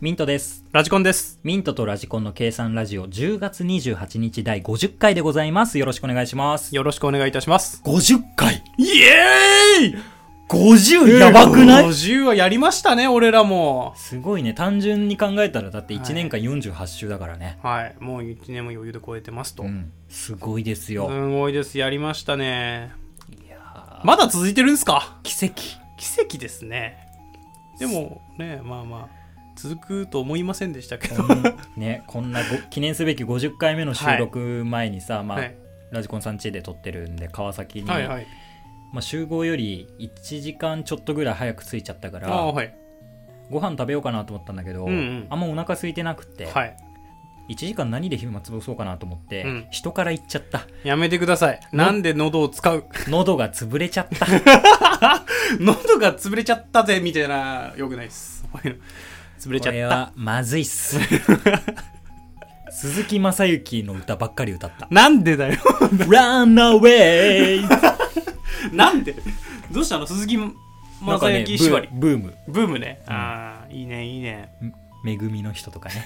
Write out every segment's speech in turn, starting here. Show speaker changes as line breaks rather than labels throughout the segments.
ミントです。
ラジコンです。
ミントとラジコンの計算ラジオ10月28日第50回でございます。よろしくお願いします。
よろしくお願いいたします。
50回
イエーイ
!50 やばくない、
?50 はやりましたね、俺らも。
すごいね。単純に考えたらだって1年間48週だからね。
はい、もう1年も余裕で超えてますと。
うん。すごいですよ。
すごいです、やりましたね。
いやー
まだ続いてるんですか
奇跡。
奇跡ですね。でもね、まあまあ、続くと思いませんでしたけど。
ね、こんなご記念すべき50回目の収録前にさ、まあ、
はい、
ラジコンさん家で撮ってるんで、川崎に、
はい、はい。
まあ、集合より1時間ちょっとぐらい早く着いちゃったか
あ
ら、
あ、はい。
ご飯食べようかなと思ったんだけど、
うんうん
あんまお腹空いてなくて、
はい。
1時間何で暇つぶそうかなと思って、
うん
人から行っちゃった
やめてください。なんで喉を使う
喉が潰れちゃった
喉が潰れちゃったぜ、みたいな、よくないです。 潰れち
こ
ゃっ
れ
た。
はまずいっ す鈴木雅之の歌ばっかり歌った
なんでだよ。
Run away
なんでどうしたの鈴木
なんか
正
ね
幸縛り、
ブーブーム
ブームね、ああいいねいいね
めぐみの人とかね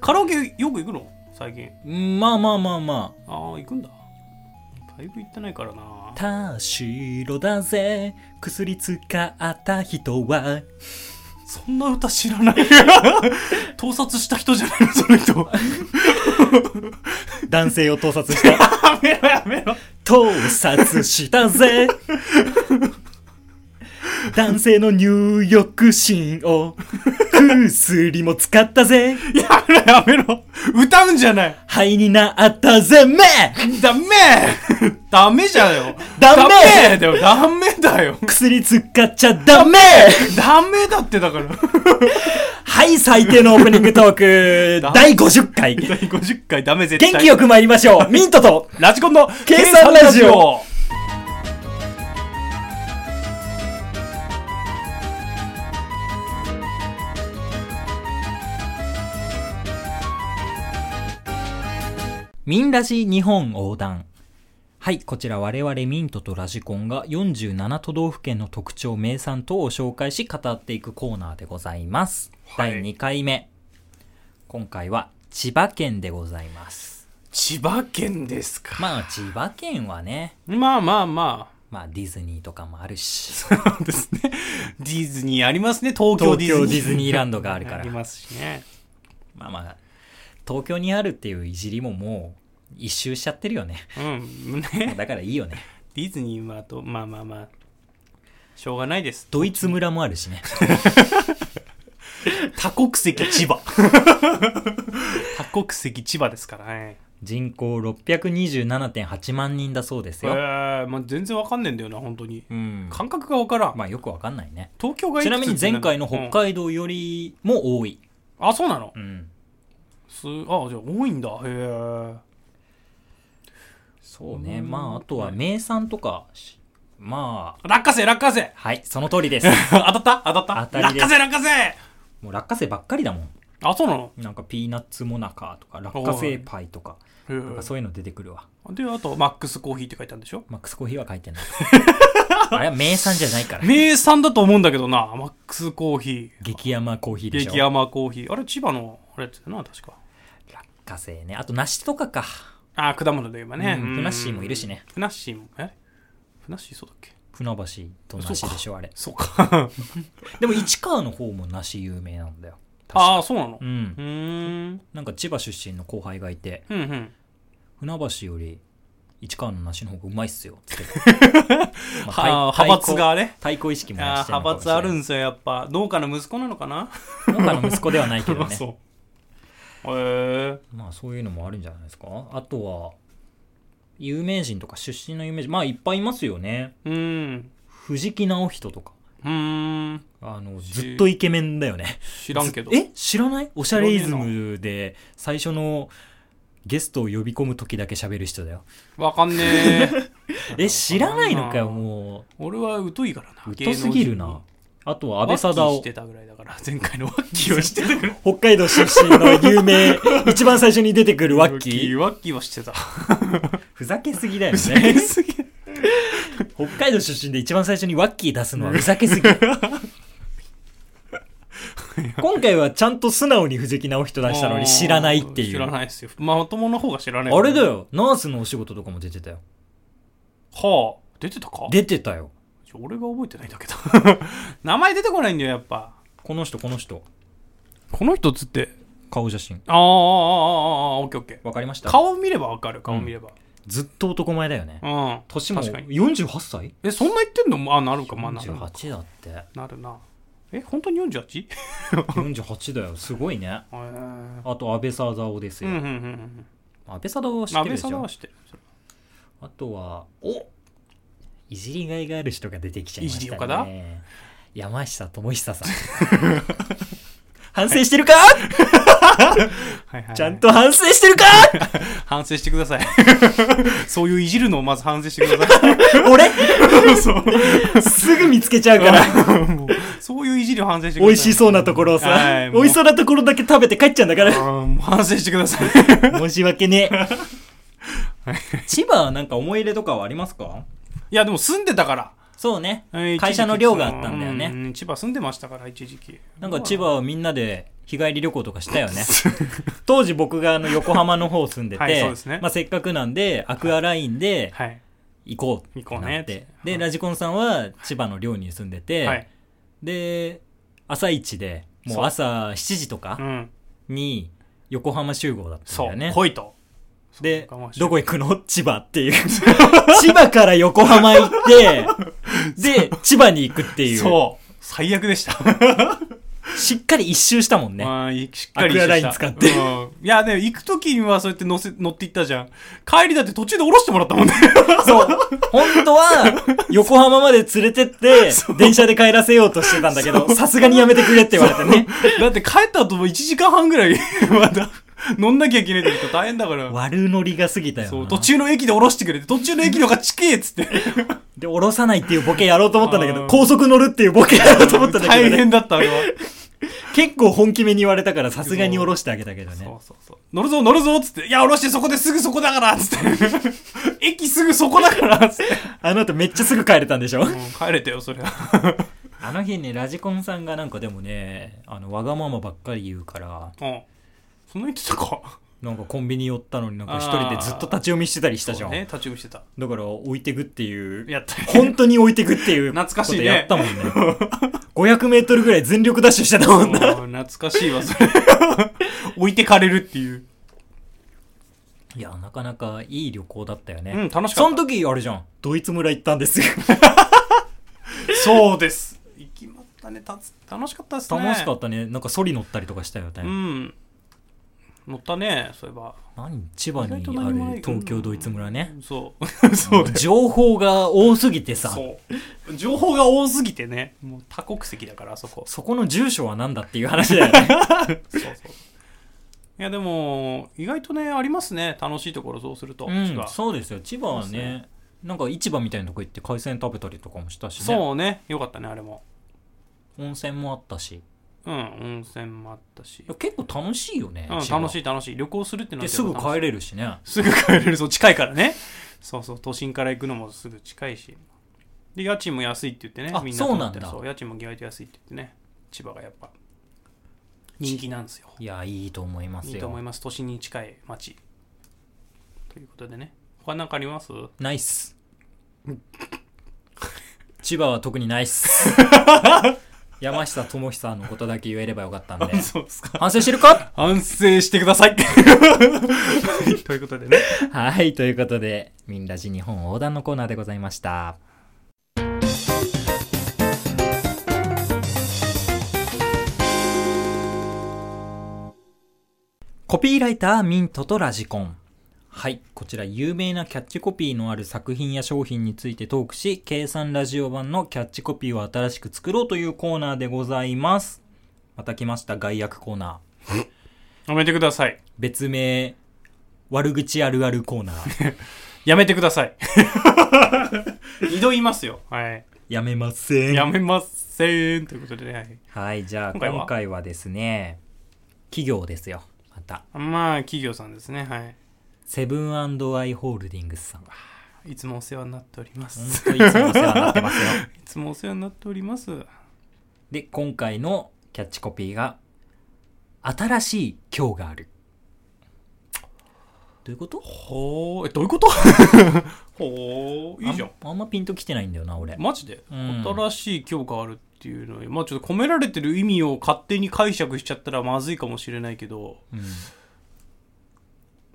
カラオケよく行くの最近
うんまあまあまあまあ
ああ行くんだだいぶ行ってないからな
田代だぜ薬使った人は
そんな歌知らない 盗撮した人じゃないのその 人
男性を盗撮した
やめろやめろ
盗撮した ぜ男性の入浴シーンを薬も使ったぜ
やめろやめろ歌うんじゃない
肺になったぜめ
ダメダメじゃよ
ダメ
ダメだよダメだよ
薬使っちゃダ メ
ダメだってだから
はい最低のオープニングトーク
ダメ
第50回
第50回ダメ絶対
元気よく参りましょうミントと
ラジコンの
計算ラジオミンラジ日本横断。はい、こちら我々ミントとラジコンが47都道府県の特徴、名産等を紹介し語っていくコーナーでございます。
はい
第2回目。今回は千葉県でございます。
千葉県ですか、
まあ千葉県はね、
まあまあまあ。
まあディズニーとかもあるし、
そう ですね。ディズニーありますね。東
東
京ディズニー。
京ディズニーランドがあるから
あり。ますしね。
まあまあ、東京にあるっていういじりももう一周しちゃってるよね。
うん。ね。
だからいい よね。
ディズニーはあと、まあまあまあ。しょうがないです。
ドイツ村もあるしね。
多国籍千葉。 多国籍千葉ですからね。
人口627.8万人だそうです
ええ
よ。
まあ全然わかんねえんだよな、本当に。
うん。
感覚がわからん。
まあよくわかんないね。
東京がい
ち
くつ
なみに前回の
ってな
北
る
海道よりも多い。
うんあ、そうなの
うん。
すあ、じゃあ多いんだ。へえ。
そうね。まああとは名産とかし、まあ、
落花生、落花生
はい、その通り です。
当たった当たっ
当
た
たり
落
です
花生、落花生
もう落花生ばっかりだもん。
あ、そうなの
なんかピーナッツモナカとか、落花生パイとか、
へ
なん
え
かそういうの出てくるわ。
で、あと、マックスコーヒーって書いてあるんでしょ
マックスコーヒーは書いてない。あれは名産じゃないから。
名産だと思うんだけどな、マックスコーヒ
激山コーヒー
ー。
でしょ。
激甘コーヒー。あれ、千葉の、あれってな、確か。
落花生ね。あと梨とかか。
あ、果物で言えばね。
うんふなっしーもいるしね。
ふなっしーも、えふなっしーそうだっけ
船橋と梨でしょ、あれ。
そうか。
でも市川の方も梨有名なんだよ。
ああ、そうなの
う
うんー。ん。
なんか千葉出身の後輩がいて、
うんうん。
船橋より市川の梨の方がうまいっすよ、 つって。ま
は
対
派閥がね。
対抗意識も
あ
な
あ
し
ー、派閥あるん
ん
ですよ、やっぱ。農家の息子なのかな
農家の息子ではないけど ね。
そう。へえ。
まあそういうのもあるんじゃないですか。あとは、有名人とか出身の有名人、まあいっぱいいますよね。
うん。
藤木直人とか。
うーん。
あの、
し
ずっとイケメンだよね。
知らんけど。
え知らないおしゃれイズムで最初のゲストを呼び込む時だけ喋る人だよ。
わかんねえ。
え、知らないのかよ、
うん
も
俺は疎いからな。
う。疎すぎる
芸能人
な
に。。
あとは安倍貞
ワッキーし
夫
て。たぐらいだから、前回のワッキーをしてたぐらい。
北海道出身の有名、一番最初に出てくるワッ キー。
ワッキーはしてた。
ふざけすぎだよ
ふざけ
ね。
すぎ る。
北 海道出身で一番最初にワッキー出すのはふざけすぎ。今回はちゃんと素直に藤木直人出したのに知らないっていう。
知らないですよまあまともの方が知らない
あれだよ、ナースのお仕事とかも出てたよ。
はあ出てたか
出てたよ。
俺が覚えてないんだ けど名前出てこないんだよやっぱ
この人、この人。
この人っつって
顔写真。
ああああああああオッケーオッケ
わかりまし
ー
た
顔見ればわかる顔見れば
ずっと男前だよね
う。ん、
年も
確かに
48歳
えそんな言ってんのあなるかまあなるな
?48 だって。
なるなえ本当に 48?
48だよ。すごいね。
えー
あと、安倍サダヲです
うん
よ。
うんうんうん
安倍サダヲは知っ
安
てる
倍
でし
さん
ょ
は。知ってる
あとは、おいじりがいがある人が出てきちゃいまし
いじり
た
岡田
ね。山下智久 さん。反省してるか、
はいはいはい
ちゃんと反省してるか
反省してください そういういじるのをまず反省してください
俺
そう
すぐ見つけちゃうから。
もう そういういじりを反省してください
美味しそうなところを
は
さ、
い
美味しそうなところだけ食べて帰っちゃうんだから。
あーもう反省してく ださい
申し訳ね え。千葉はなんか思い入れとかはありますか
いやでも住んでたから
そうね。
えー一時期
会社の寮があったんだよ
う
ね。
ん千葉住んでましたから一時期
なんか千葉はみんなで日帰り旅行とかしたよね。当時僕があの横浜の方住んで
はい
て
そうですね、
まあせっかくなんでアクアラインで
はい
行こうってなっ
行
て
こ。うね
で、ラジコンさんは千葉の寮に住んで
は
て
い、
で、朝一で、もう朝7時と
う
か
ん
に横浜集合だったん
そ
だよ
う
ね。
来いと
で
そうかも、しれ
ど
ない
こ行くの千葉っていう。 千葉から横浜行って、で、千葉に行くっていう。
そう最悪でした
しっかり一周したもんね。
まあいしっかり
アクアライン使って
うんいやでも行く時にはそうやって乗せ乗って行ったじゃん帰りだって途中で降ろしてもらっ たもんね
そう。本当は、横浜まで連れてって、電車で帰らせようとしてたんだけど、さすがにやめてくれって言われてね。
だって帰った後も1時間半ぐらい また乗んなきゃいけないってこと大変だから
悪乗りが過ぎたよ
そう
な。
途中の駅で降ろしてくれて途中の駅の方が近えっ つって
で、降ろさないっていうボケやろうと思ったんだけ
あ
ど、
ー
高速乗るっていうボケやろうと思ったんだけ
大
どね。
変だったあれは
結構本気めに言われたから、さすがに降ろしてあげたけど
そ
ね
う。そうそう。乗るぞ乗るぞっつって、いや、降ろしてそこですぐそこだからっつって。 駅すぐそこだからっつって。
あの後めっちゃすぐ帰れたんでしょ
もう帰れてよ、それは。
あの日ね、ラジコンさんがなんかでもね、あの、わがままばっかり言うから、
うん。そんな言ってたか。
なんかコンビニ寄ったのになんか
あー
一人でずっと立ち読みしてたりしたじゃん。
そうね、立ち読みしてた。
だから置いてくっていう、
やった。
本当に置いてくっていう
懐かしいね
ことやったもんね。500メートルぐらい全力ダッシュしてたもんな。
うん懐かしいわ、それ。 置いてかれるっていう。
いや、なかなかいい旅行だったよね。
うん楽しかった
その時、あれじゃん。ドイツ村行ったんですよ。
そうです。行きまったね。たつ楽しかったですね。。
楽しかったたね。なんかソリ乗ったりとかしたよね。
うん。乗ったね、そういえば。
何千葉に
意外と何も
あ
ない
る東京ドイツ村ね。。
そう。そうです
情報が多すぎてさ、
そう。情報が多すぎてね。もう多国籍だから、あそこ。
そこの住所は何だっていう話だよね。
そうそう。いや、でも、意外とね、ありますね。楽しいところ、 そうすると。
うん
違う
そうですよ千葉は
そうです
ねなんか市場みたいなとこ行って海鮮食べたりとかもしたしね
そうね。よかったね、あれも。
温泉もあったし
うん、温泉もあったし
いや。結構楽しいよね、
うん、
千葉
楽しい、楽しい。旅行するってのは
ですぐ帰
る。
れるしね
すぐ帰れる、そう、近いからね。そうそう、都心から行くのもすぐ近いし。で、家賃も安いって言ってね、
あ
みんな
そうなんだ
とってそう、家賃も意外と安いって言ってね。千葉がやっぱ、人気なんですよ。
いやいいと思いますよ
いいと思います。都心に近い町。ということでね。他何かあります
ナイス 千葉は特にナイ ス山下智久のことだけ言えればよかったんで
そうですか。
反省してるか
反省してく ださいということでね。
はいということで「ミンラジ日本横断」のコーナーでございましたコピーライターミントとラジコン。はい。こちら、有名なキャッチコピーのある作品や商品についてトークし、計算ラジオ版のキャッチコピーを新しく作ろうというコーナーでございます。また来ました、外役コーナー。
やめてください。
別名、悪口あるあるコーナー。
やめてくださ い。二度言いますよ。はい。
やめません。
やめません。ということでね。は
は
い
い。じゃあ、今
今
回
回
は
は
ですね、企業ですよ。また。
まあ、企業さんですね。はい。
セブンアイ・ホールディングスさん。本
いつもお世話になっておりま す。
当いつもお世話になってますよ。
いつもお世話になっております。
で、今回のキャッチコピーが、新しい今日がある。どういうこと
ほー、え、どういうこと ほー、いいじゃん。
あんあんまピンときてないんだよな、俺。
マジで、
うん
新しい今日があるっていうのは、まあちょっと込められてる意味を勝手に解釈しちゃったらまずいかもしれないけど、
うん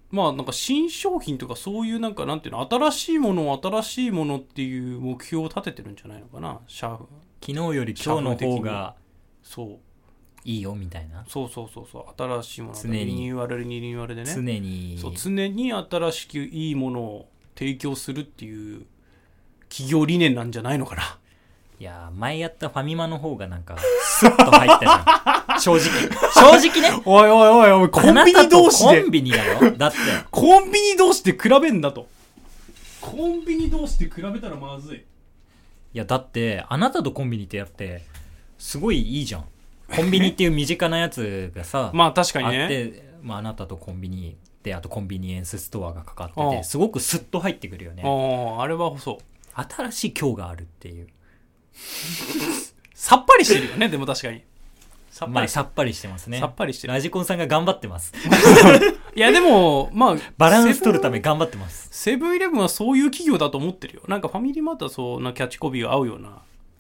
まあなんか新商品とかそういうなんかなんていうの、新しいものを新しいものっていう目標を立ててるんじゃないのかな、シャーフ。
昨日より今日の方が
そう。
いいよ、みたいな。
そうそうそうそう、新しいもの。
常に
リニューアルリニューアルでね。
常に。
そう常に新しくいいものを提供するっていう企業理念なんじゃないのかな。
いやー、前やったファミマの方がなんか、スッと入ったじゃん。正直。正直ね。
おいおいおいおい、コンビニ同士
あなたと
で
コン、ビニだよ。だって。
コンビニ同士で比べんだと。コンビニ同士で比べたらまずい。
いや、だって、あなたとコンビニってやって、すごいいいじゃん。コンビニっていう身近なやつがさ、
まあ確かに
あっ
ね。
て、まあ、あなたとコンビニで、あとコンビニエンスストアがかかって
あ
て、
あ
すごくスッと入ってくるよね。
ああ、あれはそう。
新しい今日があるっていう。
さっぱりしてるよね、でも確かに。さっ
ま
ぱ
あ、
り。
さっぱりしてますね。
さっぱりしてる
ラジコンさんが頑張ってます。
いやでも、まあ、
バランス取るため頑張ってます。
セブンイレブンはそういう企業だと思ってるよ。なんかファミリーマートはそんなキャッチコピーが合うような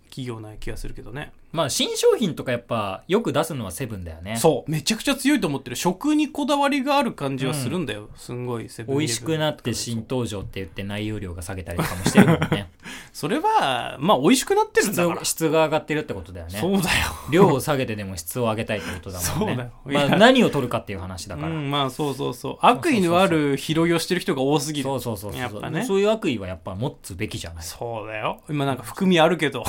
企業な気がするけどね。
まあ、新商品とかやっぱ、よく出すのはセブンだよね。
そう。めちゃくちゃ強いと思ってる。食にこだわりがある感じはするんだよ。すんごいセブンイレブン。
美味しくなって新登場って言って内容量が下げたりとかもしてるもん ね
それは、まあ美味しくなってるん
質
だか
を
ら。
質が上がってるってことだよ
そう
ね
だよ。
量を下げてでも質を上げたいってことだもんね
そうだよ
まあ、何を取るかっていう話だ
う
から、
ん、まあそうそうそう。悪意のある拾いをしてる人が多すぎる
そ。うそうそう
や
そ
っ
う、
ぱね
そういう悪意はやっぱ持つべきじゃない
そうだよ。今なんか含みあるけど。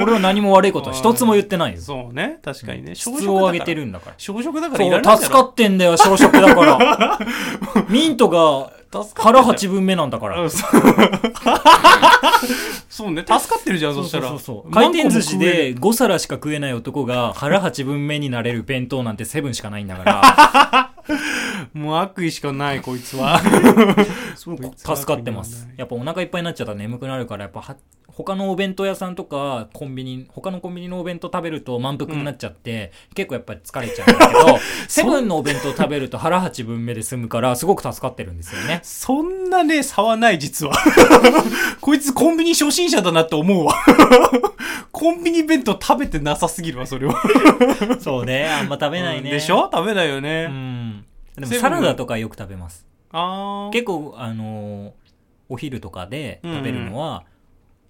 俺は何も悪いことは一つも言ってないよ
そうね。確かにね。
質
小食だ
を
から
上げてる。んだから
小食だからいら
そう
ないだ
助か
ろ。
ってんだよ小食だから ミントが腹8分目なんだから
うんそう そうね。助かってるじゃん、そしたら。
そうそうそう回
何個も
転寿司
食える
で5皿しか食えない男が腹8分目になれる弁当なんてセブンしかないんだ から
もう悪意しかない、こい つは。こいつは
助かってますやっぱお腹いっぱいになっちゃったら眠くなるからやっぱは他のお弁当屋さんとかコンビニ他のコンビニのお弁当食べると満腹になっちゃって、結構やっぱり疲れちゃうんだけど セブンのお弁当食べると腹8分目で済むからすごく助かってるんですよね
そんなね、差はない、実は。 こいつコンビニ初心者だなって思うわ。 コンビニ弁当食べてなさすぎるわ、それは。
そうねあんま食べないね
でしょ食べないよね。
うんでも
セブン
サラダとかよく食べます
あー
結構あのーお昼とかで食べるのは、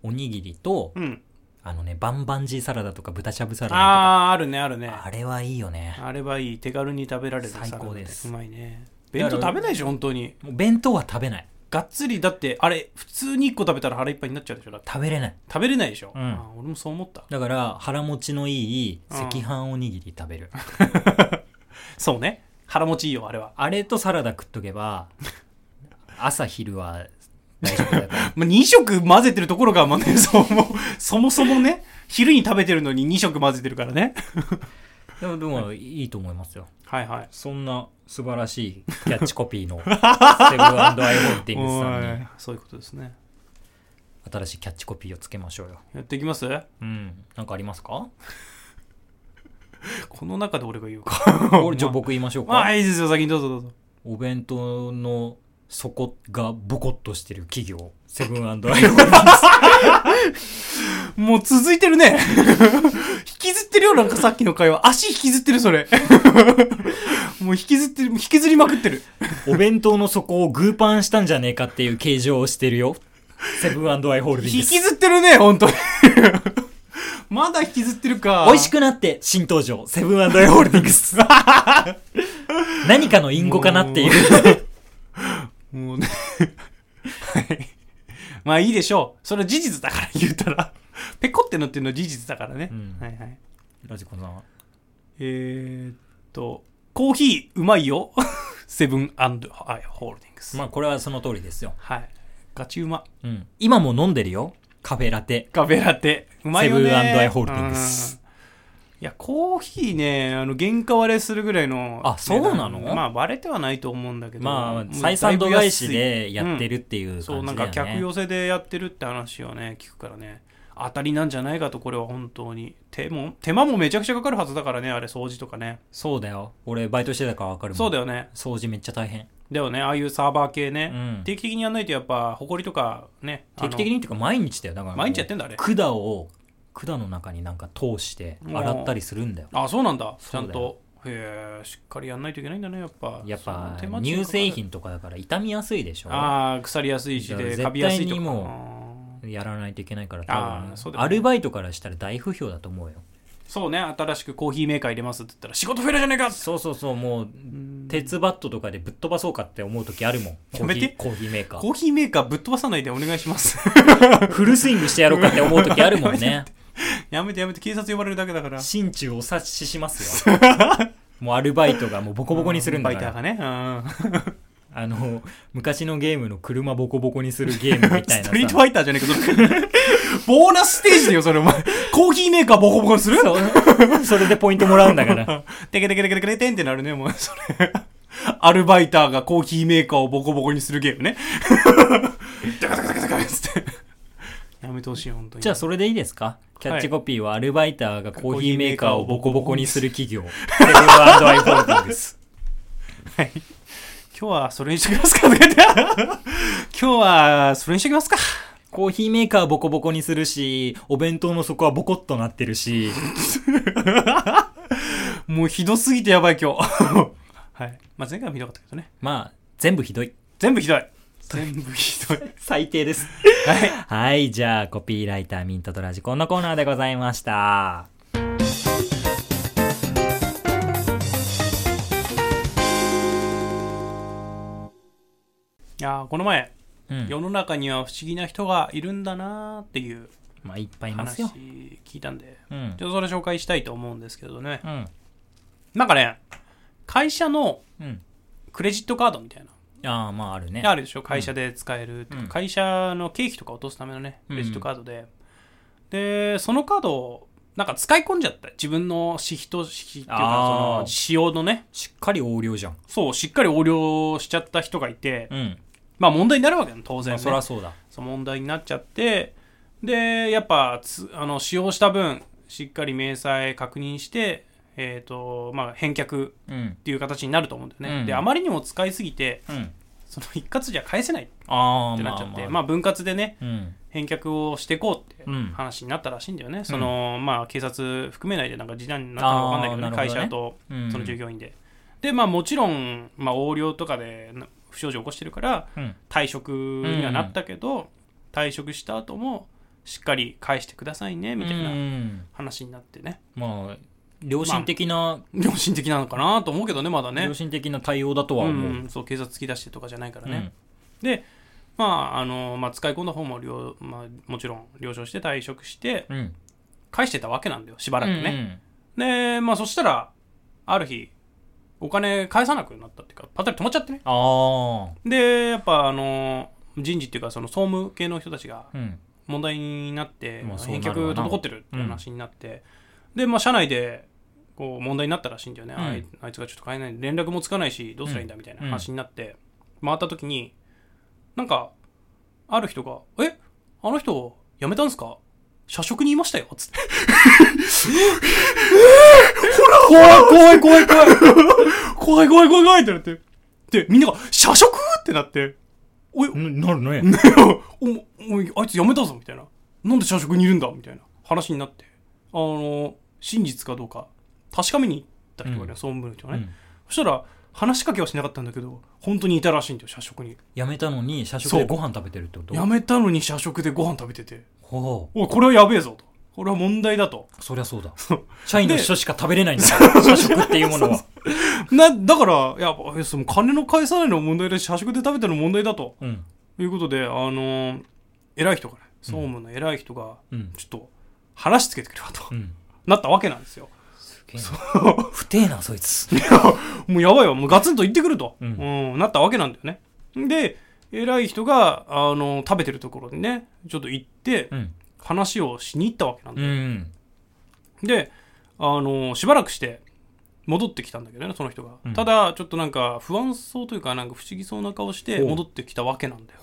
おにぎりと、
うん。
あのねバンバンジーサラダとか豚しゃぶサラダとか
あー、あるね、あるね。
あれはいいよね
あれはいい。手軽に食べられる。
最高です
サラダってうまいね。弁当食べないでしょ、本当に。
もう弁当は食べない
がっつり、だって、あれ、普通に1個食べたら腹いっぱいになっちゃうでしょ。だって
食べれない
食べれないでしょ。
うん
あー俺もそう思った。
だから腹持ちのいい赤飯おにぎり食べる、
そうね。腹持ちいいよ、あれは。
あれとサラダ食っとけ ば朝昼は大丈夫だから
まあ、2食混ぜてるところが、まあね、 そも、そもそもね、昼に食べてるのに2食混ぜてるからね。
でもでもいいと思いますよ
はいはい。
そんな素晴らしいキャッチコピー のセブンアイホールディングスさん
お
に
いそういうことですね。
新しいキャッチコピーをつけましょうよ
やっていきます
うんなんかあります か
この中で俺が言うか。
俺じゃあ僕言いましょうか、
まあ、いいですよ、先にどうぞどうぞ。
お弁当の底がボコッとしてる企業セブンアイホ ー
もう続いてるね。 引きずってるよ、なんかさっきの会話。足引きずってる、それ。 もう引きずってる、引きずりまくってる。
ルお弁当の底をグーパンしたんじゃねえかっていう形状をしてるよセブンアイホールディング
引
ス
きずってるね、本当に。 まだ引きずってるか。
美味しくなって新登場セブンアイホールディング ス何かの隠語かなっていう
もうね。はい。まあいいでしょう。それは事実だから言うたら。ペコってのっていうのは事実だからね。
うん
はいはい。
ラジコさんは
えー、っと、コーヒーうまいよ。 セブンアンドホールディングス。
まあこれはその通りですよ、
はい。ガチうま。
うん、今も飲んでるよカフェラテ
カフェラテ。うまいよね。
セブンアイホールディングス
うん。いや、コーヒーね、あの、原価割れするぐらいの。
あそうなの
値段まあ、割れてはないと思うんだけど。
まあ
もう
採算度外視
だいぶ安い
でやってるっていう感じだよね、
そうなんか客寄せでやってるって話をね聞くからね当たりなんじゃないかとこれは本当に手も手間もめちゃくちゃかかるはずだからねあれ掃除とかね
そうだよ俺バイトしてたから分かるもん
そうだ
よ
よね
掃除めっちゃ大変
だよねああいうサーバー系ね、
うん
定期的にやんないとやっぱ埃とかね
定期的
に
にっていうか毎日だよだから
毎日やってんだあれ
管を管の中になんか通して洗ったりするんだよ
あそうなんだちゃん
そうだよ
とへえしっかりやんないといけないんだねやっぱ
やっ
その
ぱ
手間
乳製
かかる
品とかだから傷みやすいでしょ
ああ腐りやすいし
だから
で
絶対
カビやすいとか
にもう
あー
やらないといけないから
あ
多
ーそうだ
分
よね
アルバイトからしたら大不評だと思うよ
そうね新しくコーヒーメーカー入れますって言ったら仕事増えるじゃねえか
そうそうそうもう
うん
鉄バットとかでぶっ飛ばそうかって思う時あるもんコ
や
ー
め
ヒ
て
ーコーヒーメーカ
コーヒーメーカーぶっ飛ばさないでお願いします
ーフルスイングしてやろうかって思う時あるもんね
やめてやめて警察呼ばれるだけだから
心中お察ししますよもうアルバイトがもうボコボコにするんだか
バイタ
ら
ーがねうん
あの昔のゲームの車ボコボコにするゲームみたい
ス
な
トリートフ
ァイ
ァイターじゃねえかそれボーナスステージだよそれお前コーヒーメーカーボコボコにする
そうそれでポイントもらうんだ から
テケテケテケテケテンってなるねもうそれアルバイターがコーヒーメーカーをボコボコにするゲームねテカテカテカテカつってやめてほしい本当に
じゃあそれでいいですかキャッチコピーはアルバイターがコーヒーメーカーをボコボコにする企業セブンアイ・ホールディングス
今日はそれにしてきますかとか言って今日はそれにしてきますか
コーヒーメーカーボコボコにするしお弁当の底はボコっとなってるし
もうひどすぎてやばい今日はい、まあ、前回もひどかったけどね
まあ全部ひどい
全部ひどい全部ひどい
最低です
はい
はい、じゃあ、コピーライターミントとラジコンのコーナーでございました。
いやーこの前、
うん。
世の中には不思議な人がいるんだなーっていう
まあ、いっぱいいます
話
よ。
聞いたんで
うん
ち。ょっとそれ紹介したいと思うんですけどね
うん。
なんかね会社の
うん。
クレジットカードみたいな
ああ、まあ、あるね。
あるでしょ会社で使える、
うん
会社の経費とか落とすためのね
うん
クレジットカードで、でそのカードをなんか使い込んじゃった自分の私費と私費っていう
あ
か
ー
その使用のね
しっかり横領じゃん。
そうしっかり横領しちゃった人がいて、
うん。
まあ問題になるわけよ当
ま
然、
あ、
ね
そらそうだ。
そう問題になっちゃってでやっぱつあの使用した分しっかり明細確認して、えーとまあ、返却っ
うん。
ていう形になると思うんだよね、
うん
であまりにも使いすぎて
うん。
その一括じゃ返せないっ
ああ、
てな
ま
っち
あ、
ゃって、
まあ、
まあ、分割でね
うん。
返却をしていこうって
うん
話になったらしいんだよね、そのまあ警察含めないでなんか示談になったのか分かんないけど,、
あーなる
会
ほどね
社と
うん。
その従業員で、でまあもちろん、まあ、横領とかでな不祥事起こしてるから、
うん。。
退職にはなったけど、退職した後もしっかり返してくださいねみたいうなん話になってね、
まあ、良心的な、
良心的なのかなと思うけどねまだね
良心的な対応だとは
う
思う。
ん、そう警察突き出してとかじゃないから
うん。
ね、でまああの、まあ、使い込んだ方も了、まあ、もちろん了承して退職して
うん。
返してたわけなんだよしばらくね、
ね。
でまあそしたらある日お金返さなくなったっていうかパタリ止まっちゃってね
ああ。
でやっぱあの人事っていうかその総務系の人たちが
うん。
問題になって、
まあそうな
返
るわ
却
な
滞ってるって話になって、で、まあ、社内でこう問題になったらしいんだよね、
うん
あいあいつがちょっと買えない連絡もつかないしどうすればいいんだみたいな話になって、回った時になんかある人が「えあの人辞めたんすか社食にいましたよ」つって
怖い 怖い怖い怖い
「怖い怖い怖い怖い」ってなってでみんなが「社食?」ってなって「おい
なるね。
おおいあいつ辞めたぞみたいななんで社食にいるんだみたいな話になってあの真実かどうか確かめに行った人がい
う
る、
ん
総務部の人が
う
ね、
ん
そしたら話しかけはしなかったんだけど本当にいたらしいんだよ社食に
やめたのに、社食
そ
で
う
ご飯食べてるってこと
辞めたのに社食でご飯食べてて
ほう。
おいこれはやべえぞとこれは問題だと
そりゃそうだ
う。
社員の人しか食べれないんだから、社食っていうものは。
なだからいやえその金の返さないのも問題だし社食で食べてるのも問題だと
うん。
いうことであの偉い人がね総務の偉い人が、
うん。
ちょっと話つけてくれよと、
うん。
なったわけなんですよ
不定な、そいつ。
もうやばいわ、もうガツンと言ってくると、
う
うんんなったわけなんだよね。で、偉い人が、あの、食べてるところにね、ちょっと行って
う、ん。
話をしに行ったわけなんだ
う
よ。
ん。
で、あの、しばらくして、戻ってきたんだけどね、その人が。
うん
ただ、ちょっとなんか、不安そうというか、なんか不思議そうな顔して、
ほう
戻ってきたわけなんだよ。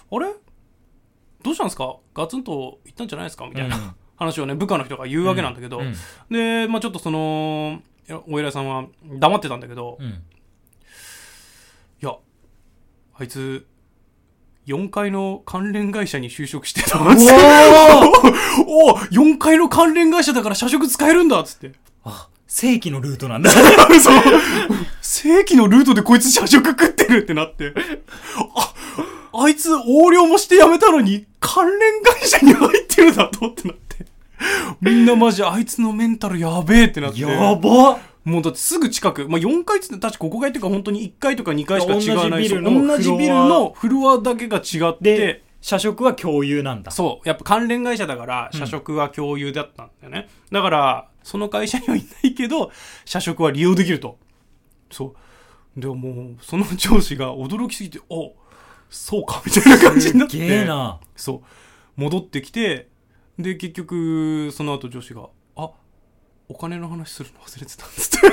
ほ
あれどうしたんですかガツンと行ったんじゃないですかみたいな、
うん
話をね、部下の人が言うわけなんだけど、
うん
で、まあちょっとその、いやお偉いさんは黙ってたんだけど、い
うん
や、あいつ、4階の関連会社に就職してたっつって。おお !4 階の関連会社だから社食使えるんだっつって。
あ正規のルート なんだ
そう。正規のルートでこいつ社食食ってるってなって。あ、あいつ横領もして辞めたのに関連会社に入ってるだとってなって。みんなマジあいつのメンタルやべえってなって。
やば
もうだってすぐ近く、まあ、4階っつって確か5階っていうか本当に1階とか2階しか
同じ
違わない
ビルの
そ
フ
う
ロア
同じビルのフロアだけが違って
で社食は共有なんだ
そうやっぱ関連会社だから社食は共有だったんだよね、だからその会社にはいないけど社食は利用できるとそうでもうその上司が驚きすぎておそうかみたいな感じになって
すげえな
そう戻ってきてで結局その後上司があお金の話するの忘れてたんですって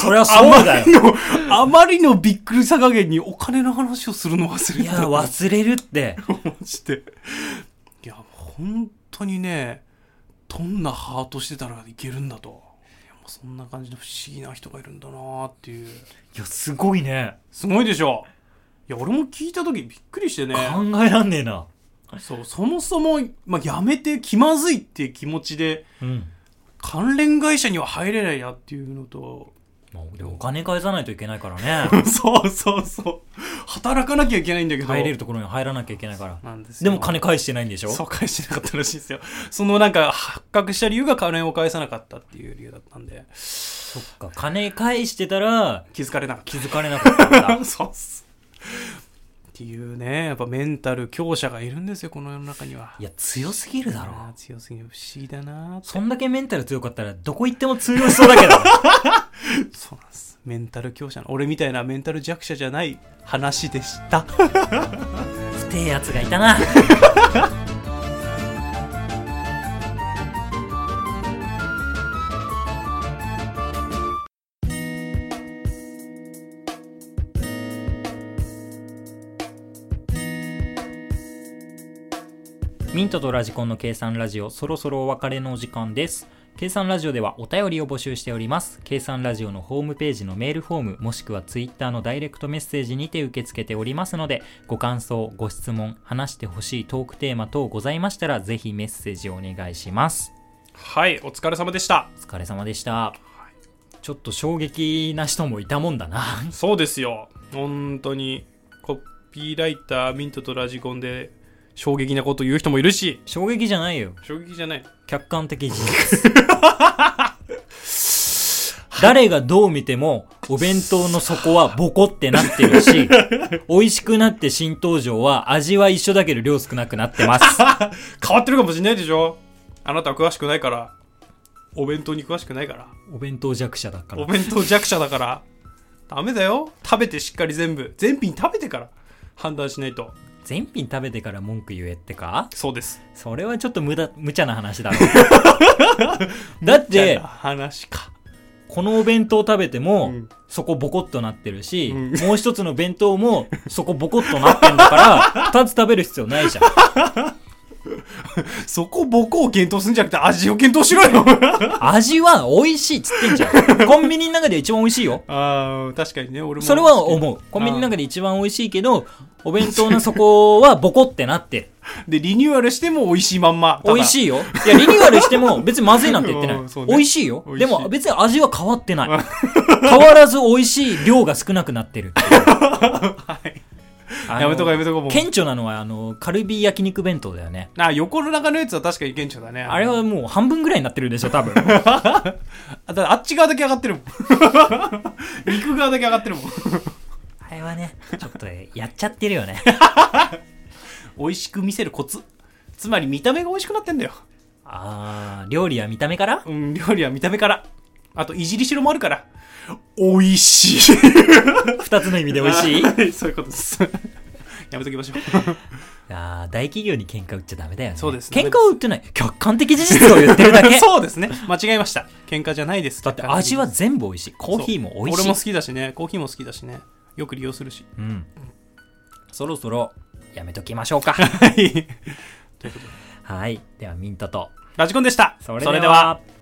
そりゃ
あ
そう
ま
だよ
りの、あまりのびっくりさ加減にお金の話をするの忘
い
れ
や
た。
忘れるって
して。いや、本当にね、どんなハートしてたらいけるんだと。いやもうそんな感じの不思議な人がいるんだなーっていう。
いやすごいね
すごいでしょいや、俺も聞いた時びっくりしてね。
考えらんねえな
そう、そもそも、まあ、やめて気まずいっていう気持ちで、
うん
関連会社には入れないなっていうの と、
まあでもお金返さないといけないからね
そうそうそう。働かなきゃいけないんだけど。
入れるところに入らなきゃいけないから
なんです
で
よ
も金返してないんでしょ
そう返してなかったらしいですよ。そのなんか発覚した理由が金を返さなかったっていう理由だったんで、
そっか金返してたら
気づかれなかっ
気づかれなかったんだ
た。 そうっす。っていうね、やっぱメンタル強者がいるんですよ、この世の中には。
いや強すぎるだろ
あー強すぎる不思議だな
そんだけメンタル強かったらどこ行っても通用しそうだけど
そうなんです。メンタル強者の、俺みたいなメンタル弱者じゃない話でした。
不定やつがいたなミントとラジコンの計算ラジオ、そろそろお別れのお時間です。計算ラジオではお便りを募集しております。計算ラジオのホームページのメールフォーム、もしくはツイッターのダイレクトメッセージにて受け付けておりますので、ご感想、ご質問、話してほしいトークテーマ等ございましたら、ぜひメッセージをお願いします。
はい、お疲れ様でした
お。疲れ様でした。ちょっと衝撃な人もいたもんだな。
そうですよ。本当に、コピーライター、ミントとラジコンで衝撃なこと言う人もいるし、
衝撃じゃないよ。
衝撃じゃない。
客観的事実誰がどう見てもお弁当の底はボコってなってるし美味しくなって新登場は味は一緒だけど量少なくなってます
変わってるかもしれないでしょあなたは詳しくないからお弁当に詳しくないから
お弁当弱者だか
お
ら
弁当弱者だからダメだよ食べてしっかり全部全品食べてから判断しないと
全品食べてから文句言えってか
そうです
それはちょっと無駄無茶な話 だろだっ
じ
て
ゃあ話か
このお弁当食べても、
うん
そこボコッとなってるし、
うん
もう一つの弁当もそこボコッとなってんだ から2つ食べる必要ないじゃん
そこ僕を検討するんじゃなくて味を検討 しろよ
味は美味しいっつってんじゃ ん。コンビニの中で一番美味しいよ。
あー確かにね俺も
それは思う。コンビニの中で一番美味しいけど、お弁当の底はボコってなってる。
でリニューアルしても美味しいまんま
美味
い
しいよ。いや、リニューアルしても別にまずいなんて言ってな
うんそう
い。
ね
美味しいよ
美。味し
で
い
も別に味は変わってない。 変わらず美味しい量が少なくな ってる。はい
やめとこうやめとこうもう
顕著なのは、あの、カルビ焼肉弁当だよね。
あ横の中のやつは確かに顕著だね
あれはもう半分ぐらいになってるでしょ、多 分。
あだあっち側だけ上がって るもん肉側だけ上がってるもん
あれはね、ちょっとやっちゃってるよ ね。
美味しく見せるコツつまり見た目が美味しくなってんだよ
あー、料理は見た目から
うん料理は見た目からあといじりしろもあるから美味しい
二つの意味で美味しい
はいそういうことですやめときましょう
あー大企業に喧嘩売っちゃダメだよね
そうです
喧嘩を売ってない客観的事実を言ってるだけ
そうですね間違えました喧嘩じゃないです
だって味は全部美味しいコーヒーも美味し
俺
い
も好きだしねコーヒーも好きだしねよく利用するし
うんそろそろやめときましょう か
はい。ということで、
はいではミントと
ラジコンでした。
そ
そ
れ
れ
で
で
は
は。